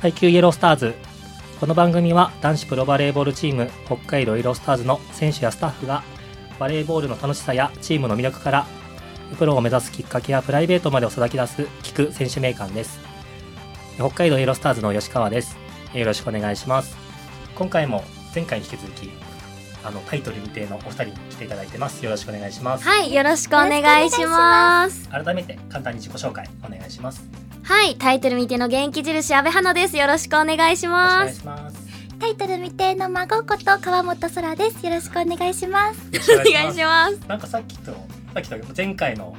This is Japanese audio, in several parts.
階級イエロースターズこの番組は男子プロバレーボールチーム北海道イエロースターズの選手やスタッフがバレーボールの楽しさやチームの魅力からプロを目指すきっかけやプライベートまでをさらき出す聞く選手名鑑です北海道イエロースターズの吉川ですよろしくお願いします今回も前回に引き続きあのタイトル未定のお二人に来ていただいてますよろしくお願いします、はい、よろしくお願いします。改めて簡単に自己紹介お願いしますよはい、タイトル見ての元気印安倍花です。よろしくお願いしろしくおま願いす。しますタイトル未定の孫こと川本空です。よろしくお願いします。よろおしくお願願いいししまます。すなんかさっきとさっきと前回の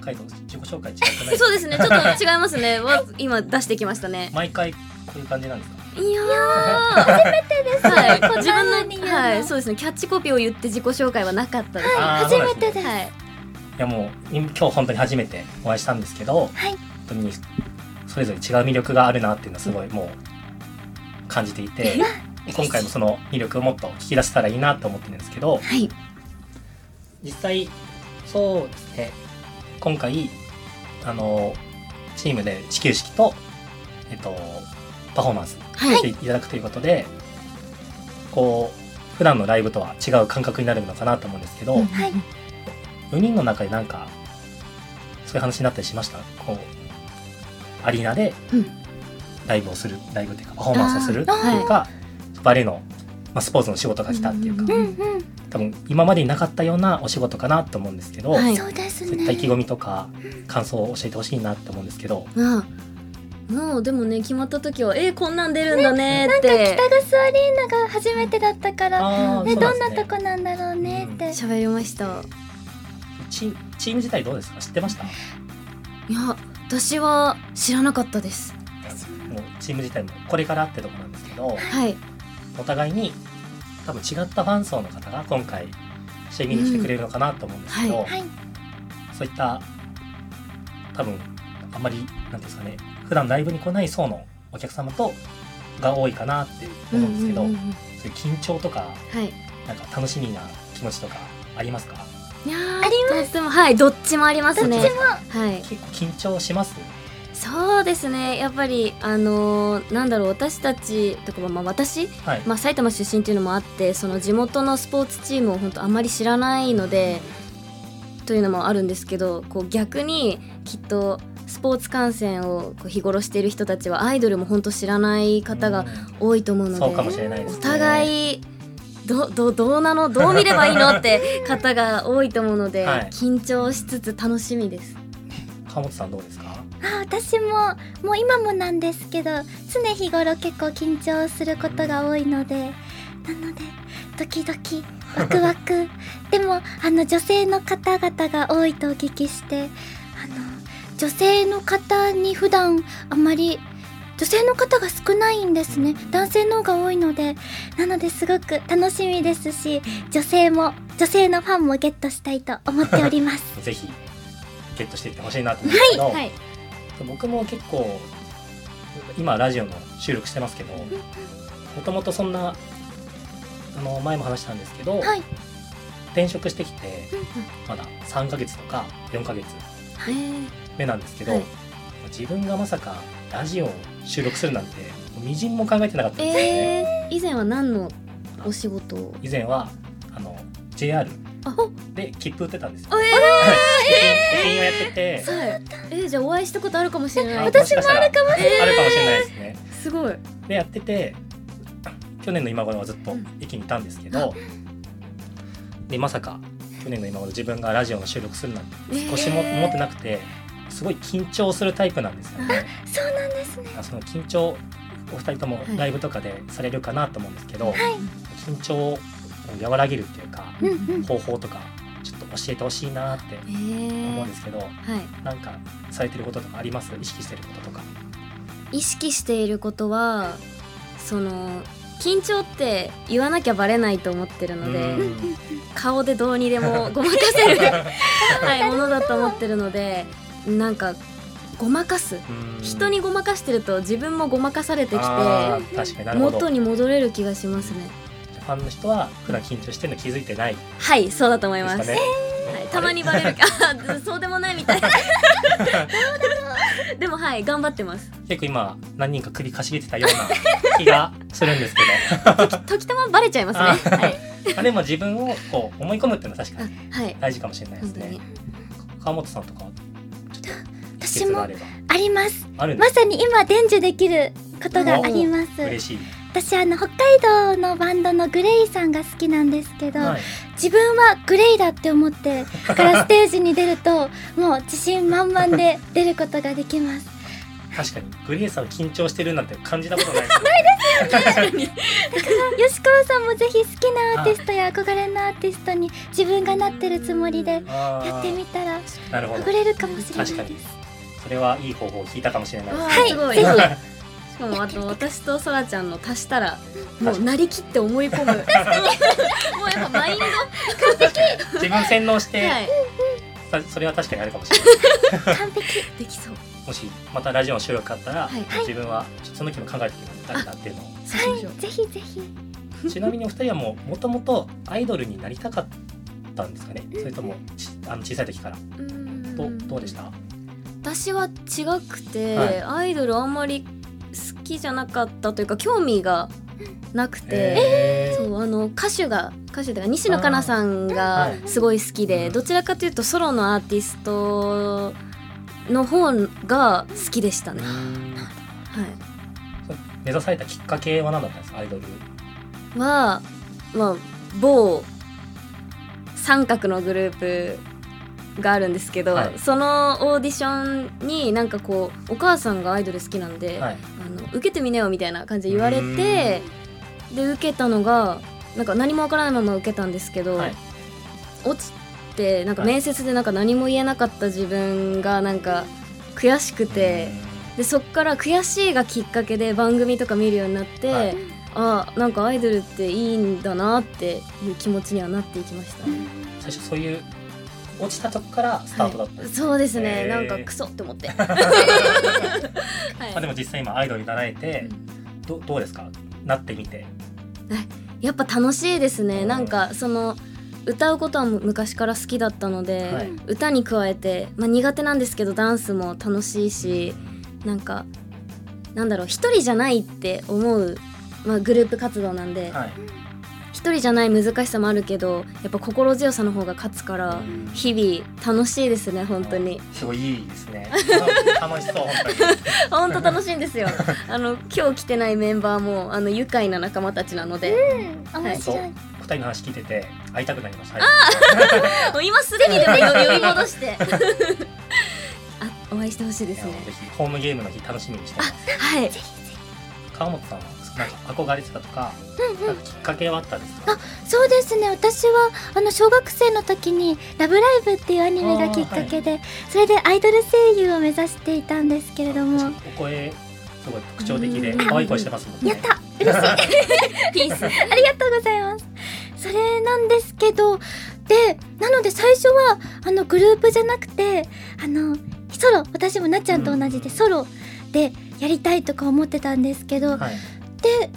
回と自己紹介違くないそうですね、ちょっと違いますね。わ今出してきましたね。毎回こういう感じなんですかいやー、はい、こんな自分風にの言うのはい、そうですね、キャッチコピーを言って自己紹介はなかったであー初めてそうです。す。はい、いやもう今今日本当に初めてお会いしたんですけど、はい本当にそれぞれ違う魅力があるなっていうのはすごいもう感じていて今回もその魅力をもっと引き出せたらいいなと思ってるんですけどはい、実際そうですね今回あのチームで始球式と、えっと、パフォーマンスはいしていただくということで、こう普段のライブとは違う感覚になるのかなと思うんですけど、うんはい。 4人の中でなんかそういう話になったりしましたこうアリーナでうんライブをする、ライブっていうかパフォーマンスをするってあーいうか、バレエの、まあ、スポーツの仕事が来たっていうか、うんううんん多分今までになかったようなお仕事かなと思うんですけど、はういん。そうですそういね。った意気込みとか感想を教えてほしいなって思うんですけどあー、もうでもね、決まった時は、えー、こんなん出るんだねーって北。ガスアリーナが初めてだったから、あーね、そうどんですなとこなんだろうねって。喋りました。チチーム自体どうですか知ってましたもいや、私は知らなかったです。うチーム自体もこれからってとこなんですけどはい、お互いに多分違ったファン層の方が今回試合見に来てくれるのかなと思うんですけど、うんはい。そういった多分あんまりなんていうんですかね普段ライブに来ない層のお客様とが多いかなって思うんですけど、うんうんうんうんそういう緊張とかはい。なんか楽しみな気持ちとかありますかいやありますでもはいどっちもありますねどっちはい結構緊張しますそうですねやっぱりあのーなんだろう私たちとかまあ私、はい、まあ、埼玉出身っていうのもあってその地元のスポーツチームを本当あんまり知らないのでというのもあるんですけどこう逆にきっとスポーツ観戦をこう日頃している人たちはアイドルも本当知らない方が多いと思うので、そうかもしれないですねおい互いどどどうなのどう見ればいいのって方が多いと思うので、はい緊張しつつ楽しみです。川本さんどうですかあ、私も、もう今もなんですけど、常日頃結構緊張することが多いので、なので、ドキドキ、ワクワク。 でも、あの、女性の方々が多いとお聞きして、あの、女性の方に普段あまり、女性の方が少ないんですね。男性の方が多いので、なのですごく楽しみですし、女性も、女性のファンもゲットしたいと思っております。 ぜひゲットしていってほしいなと思うんですけど、はい、僕も結構今ラジオの収録してますけどもともとそんなあの前も話したんですけど、はい転職してきてうんうんまだ3ヶ月とか4ヶ月えー目なんですけど、はい自分がまさかラジオを収録するなんてみじんも考えてなかったんですよね。えー以前は何のお仕事を以前はあの JR あで切符売ってたんですよ。え駅員をやっててーはいえーじゃあお会いしたことあるかもしれない私もあるかもしれない。あるかもしれないですね。すごいでやってて去年の今頃はずっと駅にいたんですけど、でまさか去年の今頃自分がラジオの収録するなんて少しもえー思ってなくてすごい緊張するタイプなんですよね。そうなんですね。その緊張お二人ともライブとかでされるかなと思うんですけど、緊張を和らげるっていうかうんうん。方法とかちょっと教えてほしいなってえー思うんですけど、はいなんかされてることとかあります意識してることとか。意識していることはその緊張って言わなきゃバレないと思ってるので、うん顔でどうにで もごまかせる、はい、ものだと思ってるのでなんかごまかすうん人にごまかしてると自分もごまかされてきあーて確かになるほど元に戻れる気がしますねファンの人は普段緊張してるの気づいてないではいそうだと思いますすかね、 はい、たまにバレるあそうでもないみたいなでもはい頑張ってます結構今何人か首かしげてたような気 がするんですけど時たまバレちゃいますねはい まあでも自分をこう思い込むっていうのは確かにあはい大事かもしれないで本す当ねに川本さんとか秘私訣があもればありますあるんでますさに今伝授できることがあります嬉しい、私あの北海道のバンドのグレイさんが好きなんですけど、はい、自分はグレイだって思ってからステージに出ると もう自信満々で出ることができます確かにグリーンさん緊張してるなんて感じたことないです吉川さんもぜひ好きなアーティストや憧れのアーティストに自分がなってるつもりであーやってみたらなるほど憧れるかもしれない確かでにすそれはいい方法を聞いたかもしれないです、はいすごいぜひしかもあと私とそらちゃんの足したらもうなりきって思い込むもう やっぱマインド自分洗脳して、はいさそれは確かにあるかもしれない完璧できそうもしまたラジオの収録があったら、はい自分はちょっとその時も考えてみたいなっていうのをそうしましょうぜひぜひちなみにお二人はもうもともとアイドルになりたかったんですかねそれともちあの小さい時からうーんどうどうでした私は違くて、はいアイドルあんまり好きじゃなかったというか興味がなくて、えそうあの歌手が歌手というか西野カナさあんーがはいすごい好きで、どちらかというとソロのアーティストの方が好きでしたね、は目指されたきっかけは何だったんですかアイドルい、は、まあ、某三角のグループがあるんですけど、はいそのオーディションになんかこうお母さんがアイドル好きなんで、はいあの受けてみなよみたいな感じで言われてで受けたのがなんか何もわからないまま受けたんですけど、はい落ちてなんかはい面接でなんか何も言えなかった自分がなんか悔しくて、でそっから悔しいがきっかけで番組とか見るようになって、はいあなんかアイドルっていいんだなっていう気持ちにはなっていきました。うん最初そういう落ちたとこからスタートだったんはでいす、そうですね、へーなんかクソっ て思って。はいまあ、でも実際今アイドルになられて、うんどどうですかなってみてやっぱ楽しいですうねんなんかその歌うことは昔から好きだったので、はい歌に加えて、まあ、苦手なんですけどダンスも楽しいしなんかなんだろう一人じゃないって思う、まあ、グループ活動なんではい一人じゃない難しさもあるけどやっぱ心強さの方が勝つかうらん日々楽しいですね本当 にすごいいいです ね楽しそう本本当楽しいんですよあの今日来てないメンバーもあの愉快な仲間たちなのでうん面白い、は当に二人の話聞いてて会いたくなりましたもう今すでにでもよ呼び戻して あお会いしてほしいですいやねぜひホームゲームの日楽しみにしてますはい川本さんはなんか憧れてたとか,、うんうんきっかけはあったんですかそうですね私はあの小学生の時に「ラブライブ!」っていうアニメがきっかけで、それでアイドル声優を目指していたんですけれどもお声すごい特徴的でうん可愛い声してますもんねやった嬉しいピ ースありがとうございます。それなんですけど、で、なので最初は、あの、グループじゃなくて、あの、ソロ、私もなっちゃんと同じで、ソロでやりたいとか思ってたんですけど、はいで、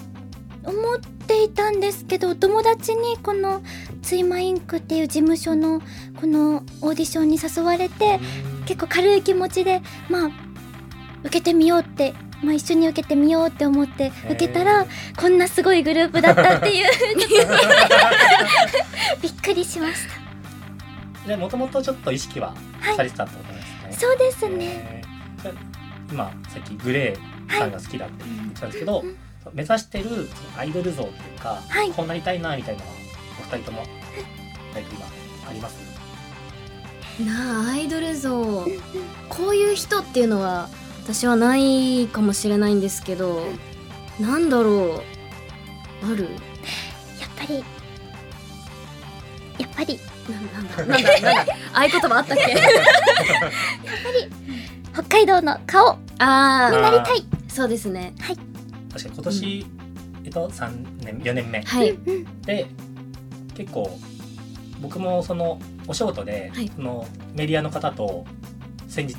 思っていたんですけど、お友達にこの、ツイマインクっていう事務所の、このオーディションに誘われて、結構軽い気持ちで、まあ、受けてみようって、まあ一緒に受けてみようって思って受けたら、へこんなすごいグループだったっていう びっくりしましーでもともとちょっと意識ははいされてたってことなんですね、たそうですねね今さっきグレーさんが好きだって言ってたんですけど、いうん目指してるアイドル像っていうか、はいこうなりたいなみたいなのはお二人とも大体今ありますなあアイドル像こういう人っていうのは私はないかもしれないんですけどなんだろうあるやっぱりやっぱりななんだなんだなんだ合言葉あったっけ北海道の顔あにあなりたいそうですね確かに今年、えっと3年4年目はいうんうんで結構僕もそのお仕事で、はいそのメディアの方と先日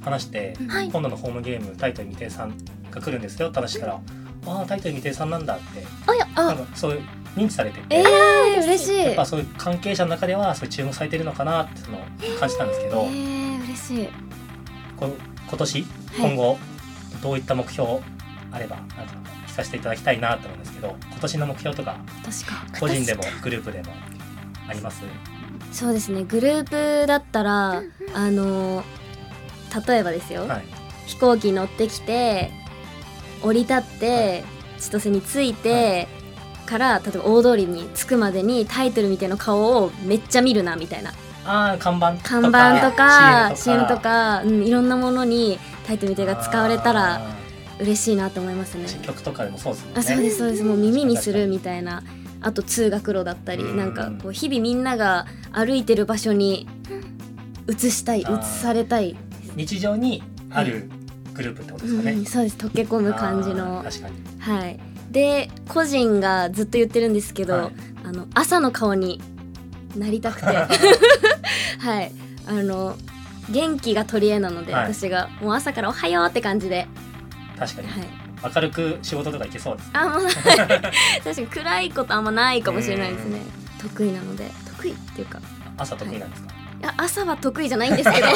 話して、はい今度のホームゲームタイトル未定さんが来るんですよって話したら、ああタイトル未定さんなんだっておやなあんかそういう認知されてて、えー、嬉嬉ししいやっえぱそういう関係者の中ではそういう注目されてるのかなってその感じたんですけど、ー、嬉しいこう今年今後どういった目標あればなんか聞かせていただきたいなと思うんですけど今年の目標とか確か個人でもグループでもありますそうですねグループだったらあの例えばですよ、はい飛行機乗ってきて降り立って千歳に着いて、から例えば大通りに着くまでにタイトルみたいな顔をめっちゃ見るなみたいなああ看板とか看板とか CM とかか、うん、いろんなものにタイトルみたいが使われたらあ嬉しいなと思いますねー。曲とかでもそうですもんねあそうですそうですもう耳にするみたいなあと通学路だったりうんなんかこう日々みんなが歩いてる場所に映したいあー映されたい、日常にあるグループってことですかね、うんそうです溶け込む感じあのー確かにはいで個人がずっと言ってるんですけど、はいあの朝の顔になり たくてはいあの元気が取り柄なので、はい私がもう朝から「おはよう」って感じで、確かにはい、明るく仕事とか行けそうです あんまない確かに暗いことあんまないかもしれないですね得意なので得意っていうか朝得意なんですか、いや朝は得意じゃない んですけど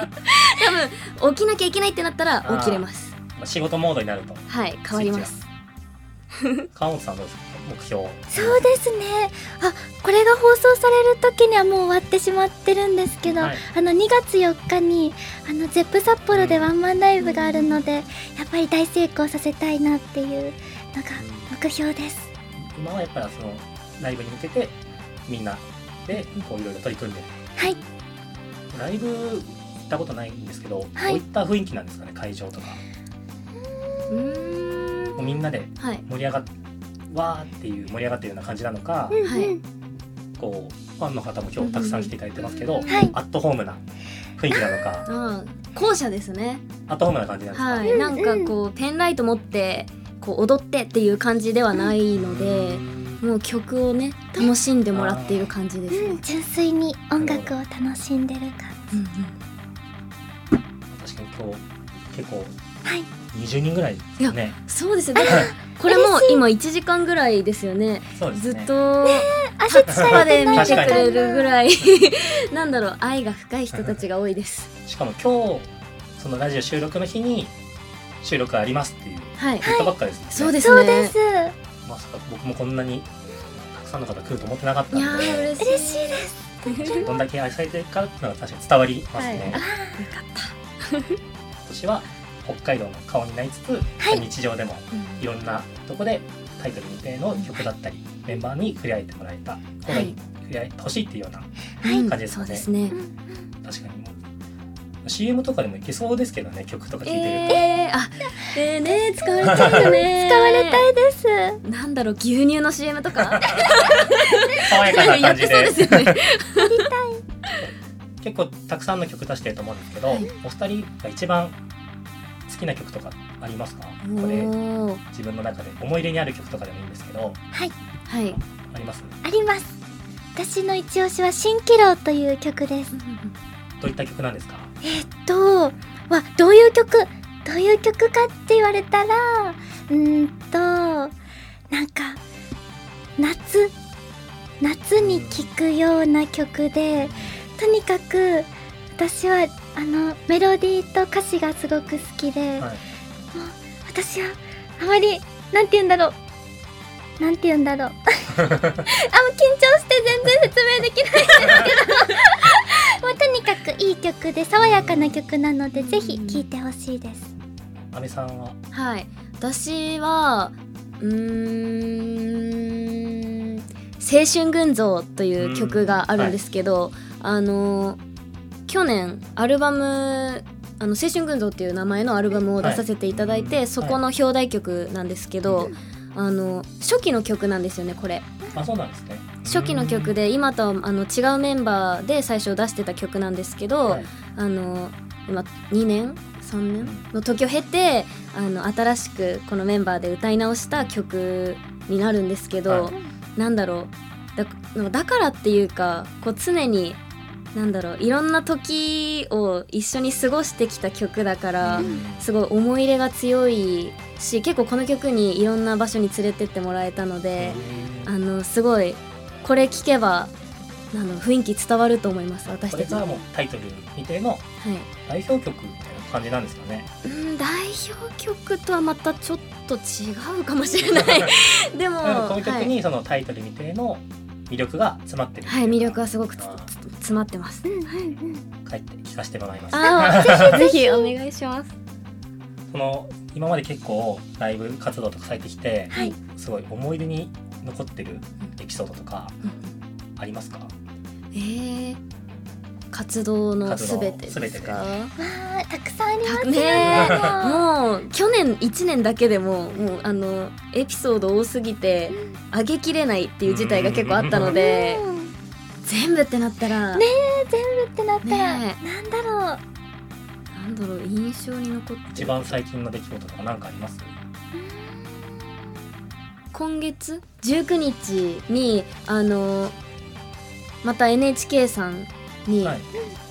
多分起きなきゃいけないってなったら起きれますまあ仕事モードになるとはい変わります川本さんどうですか目標そうですねあこれが放送される時にはもう終わってしまってるんですけど、はいあの2月4日にあのゼップ札幌でワンマンライブがあるのでやっぱり大成功させたいなっていうのが目標です今はやっぱりそのライブに向けてみんなでこういろいろ取り組んでるはいライブ行ったことないんですけど、はどいういった雰囲気なんですかね会場とかうーんもうみんなではい盛り上がっわーっていう盛り上がってるような感じなのか、うんうんはいこうファンの方も今日たくさん来ていただいてますけど、はいアットホームな雰囲気なのかあー後者ですねアットホームな感じなんですか、はういんなんかこうペンライト持ってこう踊ってっていう感じではないのでもう曲をね楽しんでもらっている感じですね、うん、純粋に音楽を楽しんでる感うんうん確かに今日結構じはい20人ぐらいですかねそうですねだからこれも今1時間ぐらいですよねそうですずねっと足つそばさでれてな見いてかくなれるぐらい なんだろう愛が深い人たちが多いですしかも今日そのラジオ収録の日に収録ありますっていうはい言ったばっかですもんね、そうですそうねですまさか僕もこんなにたくさんの方来ると思ってなかったいやのーで嬉しい嬉しいですどんだけ愛されてるかっていうのが確かに伝わりますね、はい今年は北海道の顔になりつつ、はい日常でもうんいろんなとこでタイトル未定の曲だったり、メンバーに触れ合えてもらえた方がいい、触れ合えてほしいっていうようなはいうん感じですそかねうですね確かにもう CM とかでもいけそうですけどね曲とか聴いてると、えー、あえー、ね使われたいよね 使われたいですいなんだろう牛乳の CM とか爽やか なや感ってじそうでですよね結構たくさんの曲出してると思うんですけど、はいお二人が一番好きな曲とかありますかこれおー自分の中で思い入れにある曲とかでもいいんですけどはいありますあります私の一押しは「蜃気楼」という曲ですどういった曲なんですかえっとわどういう曲どういう曲かって言われたらうーんとなんか夏夏に聴くような曲でとにかく私はあのメロディーと歌詞がすごく好きで、はい私はあまりなんて言うんだろうなんて言うんだろうあもう緊張して全然説明できないんですけどもうとにかくいい曲で爽やかな曲なのでぜひ聴いてほしいです安倍さんははい私はうーん「青春群像」という曲があるんですけど、あの去年アルバムあの青春群像っていう名前のアルバムを出させていただいて、はいそこの表題曲なんですけど、うあの初期の曲なんですよねこれあそうなんですね初期の曲で今とはあの違うメンバーで最初出してた曲なんですけうんど、はいあの今2年3年の時を経てあの新しくこのメンバーで歌い直した曲になるんですけど、はなんだろうだだからっていうかこう常になんだろういろんな時を一緒に過ごしてきた曲だから、うんすごい思い入れが強いし結構この曲にいろんな場所に連れてってもらえたので、あのすごいこれ聴けばあの雰囲気伝わると思います私こたれちのがもうタイトル未定のはい代表曲みたいな感じなんですかね。うん代表曲とはまたちょっと違うかもしれないでも、うん、この曲はい、にそのタイトル未定の魅力が詰まってるってはいいうか魅力はすごくつあつつ詰まってますうんうんうん書いて聞かせてもらいます。あー ぜひお願いしますその今まで結構ライブ活動とかされてきて、はいすごい思い出に残ってるエピソードとかありますか？えー、活動のすべて活動のですかわあたくさんありますねよねもう去年1年だけでももうあのエピソード多すぎて上げきれないっていう事態が結構あったのでうん全部ってなったら、ね全部ってなったら、ねなんだろうなんだろう印象に残ってる一番最近の出来事とか何かあります？今月19日にあのまた NHK さんにはい。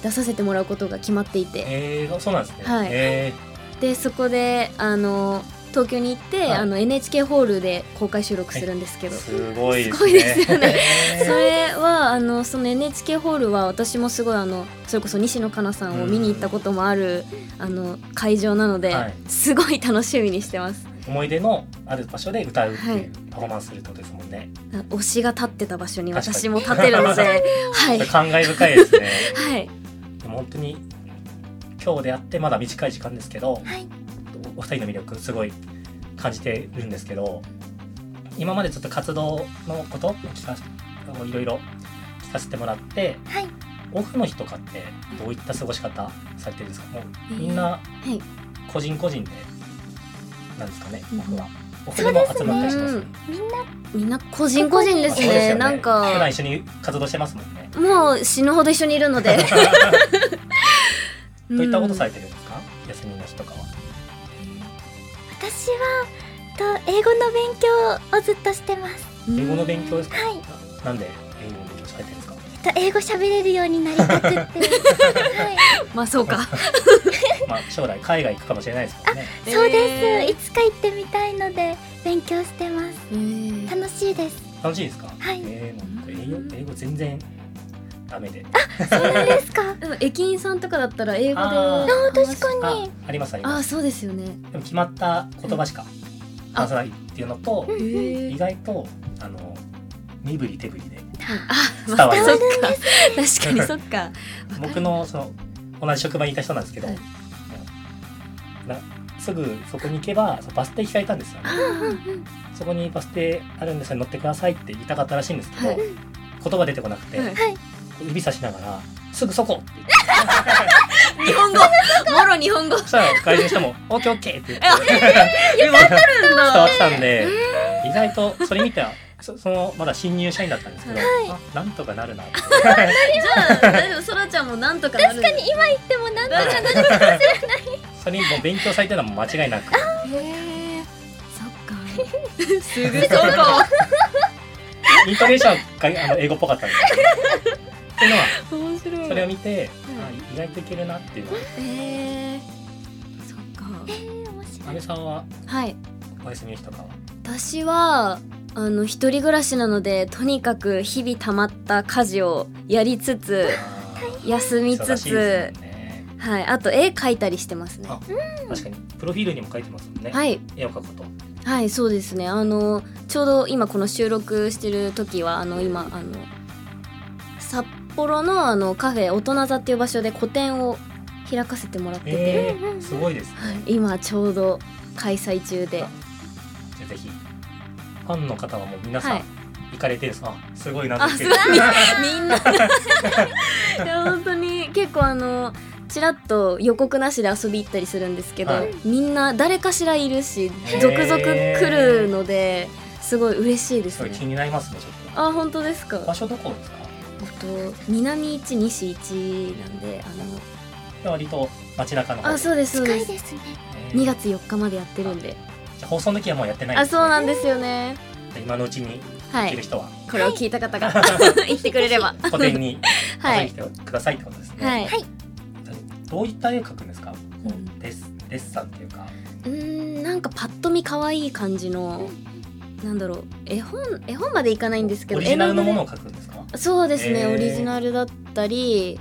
出させてもらうことが決まっていて、えー、そうなんですね。はいえでそこであの東京に行って、はいあの NHK ホールで公開収録するんですけー、ど、すごいですね。すごいですよ ねえーそれはあのその NHK ホールは私もすごいあのそれこそ西野カナさんを見に行ったこともある、あの会場なので、はいすごい楽しみにしてます思い出のある場所で歌うってはいいうパフォーマンスするってことですもんね。推しが立ってた場所に確かに私も立て るのではいこれ感慨深いですね。はいでも本当に今日であってまだ短い時間ですけど、はいお二人の魅力すごい感じてるんですけど今までちょっと活動のことを聞かせいろいろ聞かせてもらってはいオフの日とかってどういった過ごし方されてるんですかもうみんなえーはい個人個人でなんですかねうんオフはオフでも集まったりしますねうんみんなみんな個人個人ですそうねよなん普 段か一緒に活動してますもんねもう死ぬほど一緒にいるの でどういったことされれてるんですか休みの日とかは私はと英語の勉強をずっとしてます英語の勉強ですかはいななんで英語の勉強されてるんですかえっと英語喋れるようになりたくって はいまあそうか まあ将来海外行くかもしれないですもんねそうですえいつか行ってみたいので勉強してますー楽しいです 楽しいですか、はいえーなんか英語英語全然ダメでそうなんですかでも駅員さんとかだったら英語であーあ確にあかにありますありあまーすそうですよねでも決まった言葉しか話さないっていうのとえ意ー外とあの身振り手振りであ伝わまあるそっか確かにそっかわか僕るのその同じ職場にいた人なんですけど、はいもうなすぐそこに行けばそのバス停聞かれたんですよねあうん ーうんそこにバス停あるんですよ乗ってくださいって言いたかったらしいんですけど、はい言葉出てこなくて、はいはい指さしながら「すぐそこ!」って言って日本語もろ日本語そしたら外人して も「オッケーオッケー」って言 ってでも伝伝わってたんで意外とそれ見たらそそのまだ新入社員だったんですけど、あなんとかなるなってじゃあ大丈夫そらちゃんもなんとかなる確かに今言ってもなんとかなるそれにもう勉強されてるのも間違いなくへーそっ かすぐそこイントネーションがあの英語っぽかったんですけどっていうのは面白いそれを見て、あ意外といけるなっていうのはえーそっか面阿白い部さんははいお休みの日とかは私はあの一人暮らしなのでとにかく日々たまった家事をやりつつあー休みつ忙しいでつすもんねはいあと絵描いたりしてますねあ確かにプロフィールにも書いてますもんね、はい絵を描くことはいそうですねあのちょうど今この収録してる時はあの今あの札幌のあのカフェ大人座っていう場所で個展を開かせてもらってて、えうんうんうー、んすごいですねはい、今ちょうど開催中であじゃあぜひファンの方はもう皆さん、はい行かれてるんですあすごいなあってすいうごいみ んないや本当に結構あのちらっと予告なしで遊び行ったりするんですけど、はいみんな誰かしらいるしへー続々来るのですごい嬉しいですすごいね気になりますねちょっあ本当ですかと場所どこですかえっと南一西一なんで割と街中のあ方のあそうですそう近でいすですねえー2月4日までやってるんでじゃあ放送の時はもうやってないあそうなんんですよねで今のうちには行けるい人は、これを聞いた 方が 言ってくれれば個展には来いてくださいってことですね、はいどういった絵描くんですか、こううんデッデッサンっていうかうーんなんかパッと見可愛い感じのなんだろう絵本絵本までいかないんですけどオリジナルの絵もの具を描くんですかでそうですね、へーオリジナルだったり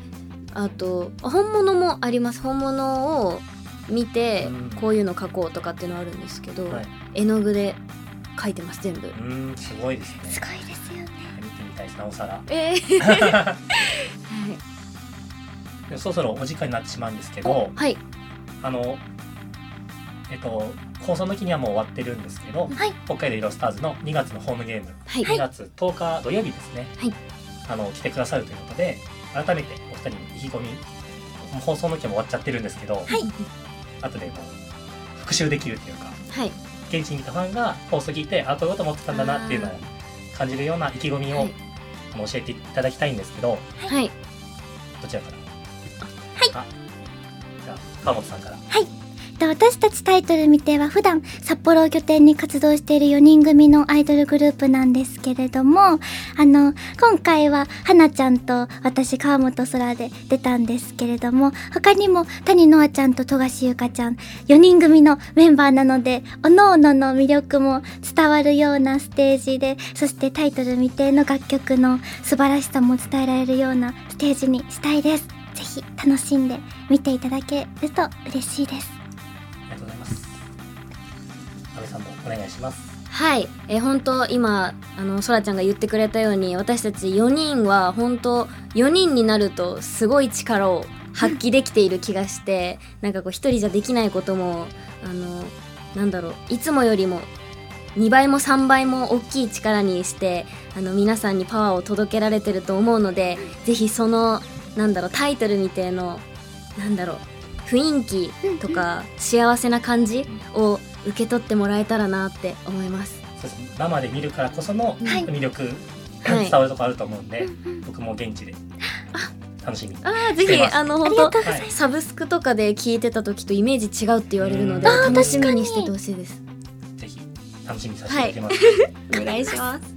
あとあ本物もあります本物を見てうんこういうの描こうとかっていうのはあるんですけど、はい絵の具で描いてます全部うーんすごいですねすごいですよね見てみたいですなおさらえーはいでも そろそろお時間になってしまうんですけおどはいあのえっと放送の日にはもう終わってるんですけどはい北海道イロスターズの2月のホームゲームはい2月10日土曜日ですね、はいあの来てくださるということで改めてお二人に意気込みもう放送の日も終わっちゃってるんですけど、い後でもう復習できるというかはい現地にいたファンが放送聞いてあこういうこと思ってたんだなっていうのを感じるような意気込みを、はいあの教えていただきたいんですけどはいどちらからはいじゃあ川本さんからで私たちタイトル未定は普段札幌を拠点に活動している4人組のアイドルグループなんですけれどもあの今回は花ちゃんと私川本空で出たんですけれども他にも谷乃愛ちゃんと富樫優香ちゃん4人組のメンバーなので各々の魅力も伝わるようなステージでそしてタイトル未定の楽曲の素晴らしさも伝えられるようなステージにしたいです。ぜひ楽しんで見ていただけると嬉しいです。ありがとうございます安部さんもお願いしますはい、えー本当今あのそらちゃんが言ってくれたように私たち4人は本当4人になるとすごい力を発揮できている気がしてなんかこう1人じゃできないこともあのなんだろういつもよりも2倍も3倍も大きい力にしてあの皆さんにパワーを届けられてると思うのでぜひそのなんだろうタイトルみたいのなんだろう雰囲気とか幸せな感じを受け取ってもらえたらなって思います。そうですね生で見るからこそのはい魅力、はい伝わるとこあると思うんで、うん僕も現地で楽しみにああぜぜひひああのありが本とうございは当サブスクとかで聞いてた時とイメージ違うって言われるのでうんあー楽しみに確しかにててほしいです。いぜひ楽しみにさせていただきます、お願いします。。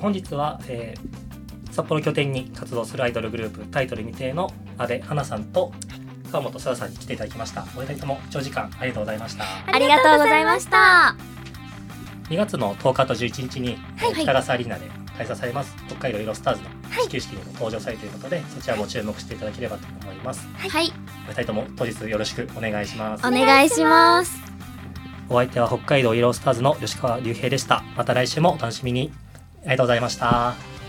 本日は、えー札幌拠点に活動するアイドルグループタイトル未定の阿部花さんと川本沙羅さんに来ていただきましたお二人とも長時間ありがとうございましたありがとうございました2月の10日と11日に、えーはい北笠アリーナで開催されます北海道イロスターズのい始球式にも登場されるということで、そちらも注目していただければと思いますはい、お二人とも当日よろしくお願いしますお願いします。お相手は北海道イロスターズの吉川隆平でしたまた来週もお楽しみにありがとうございました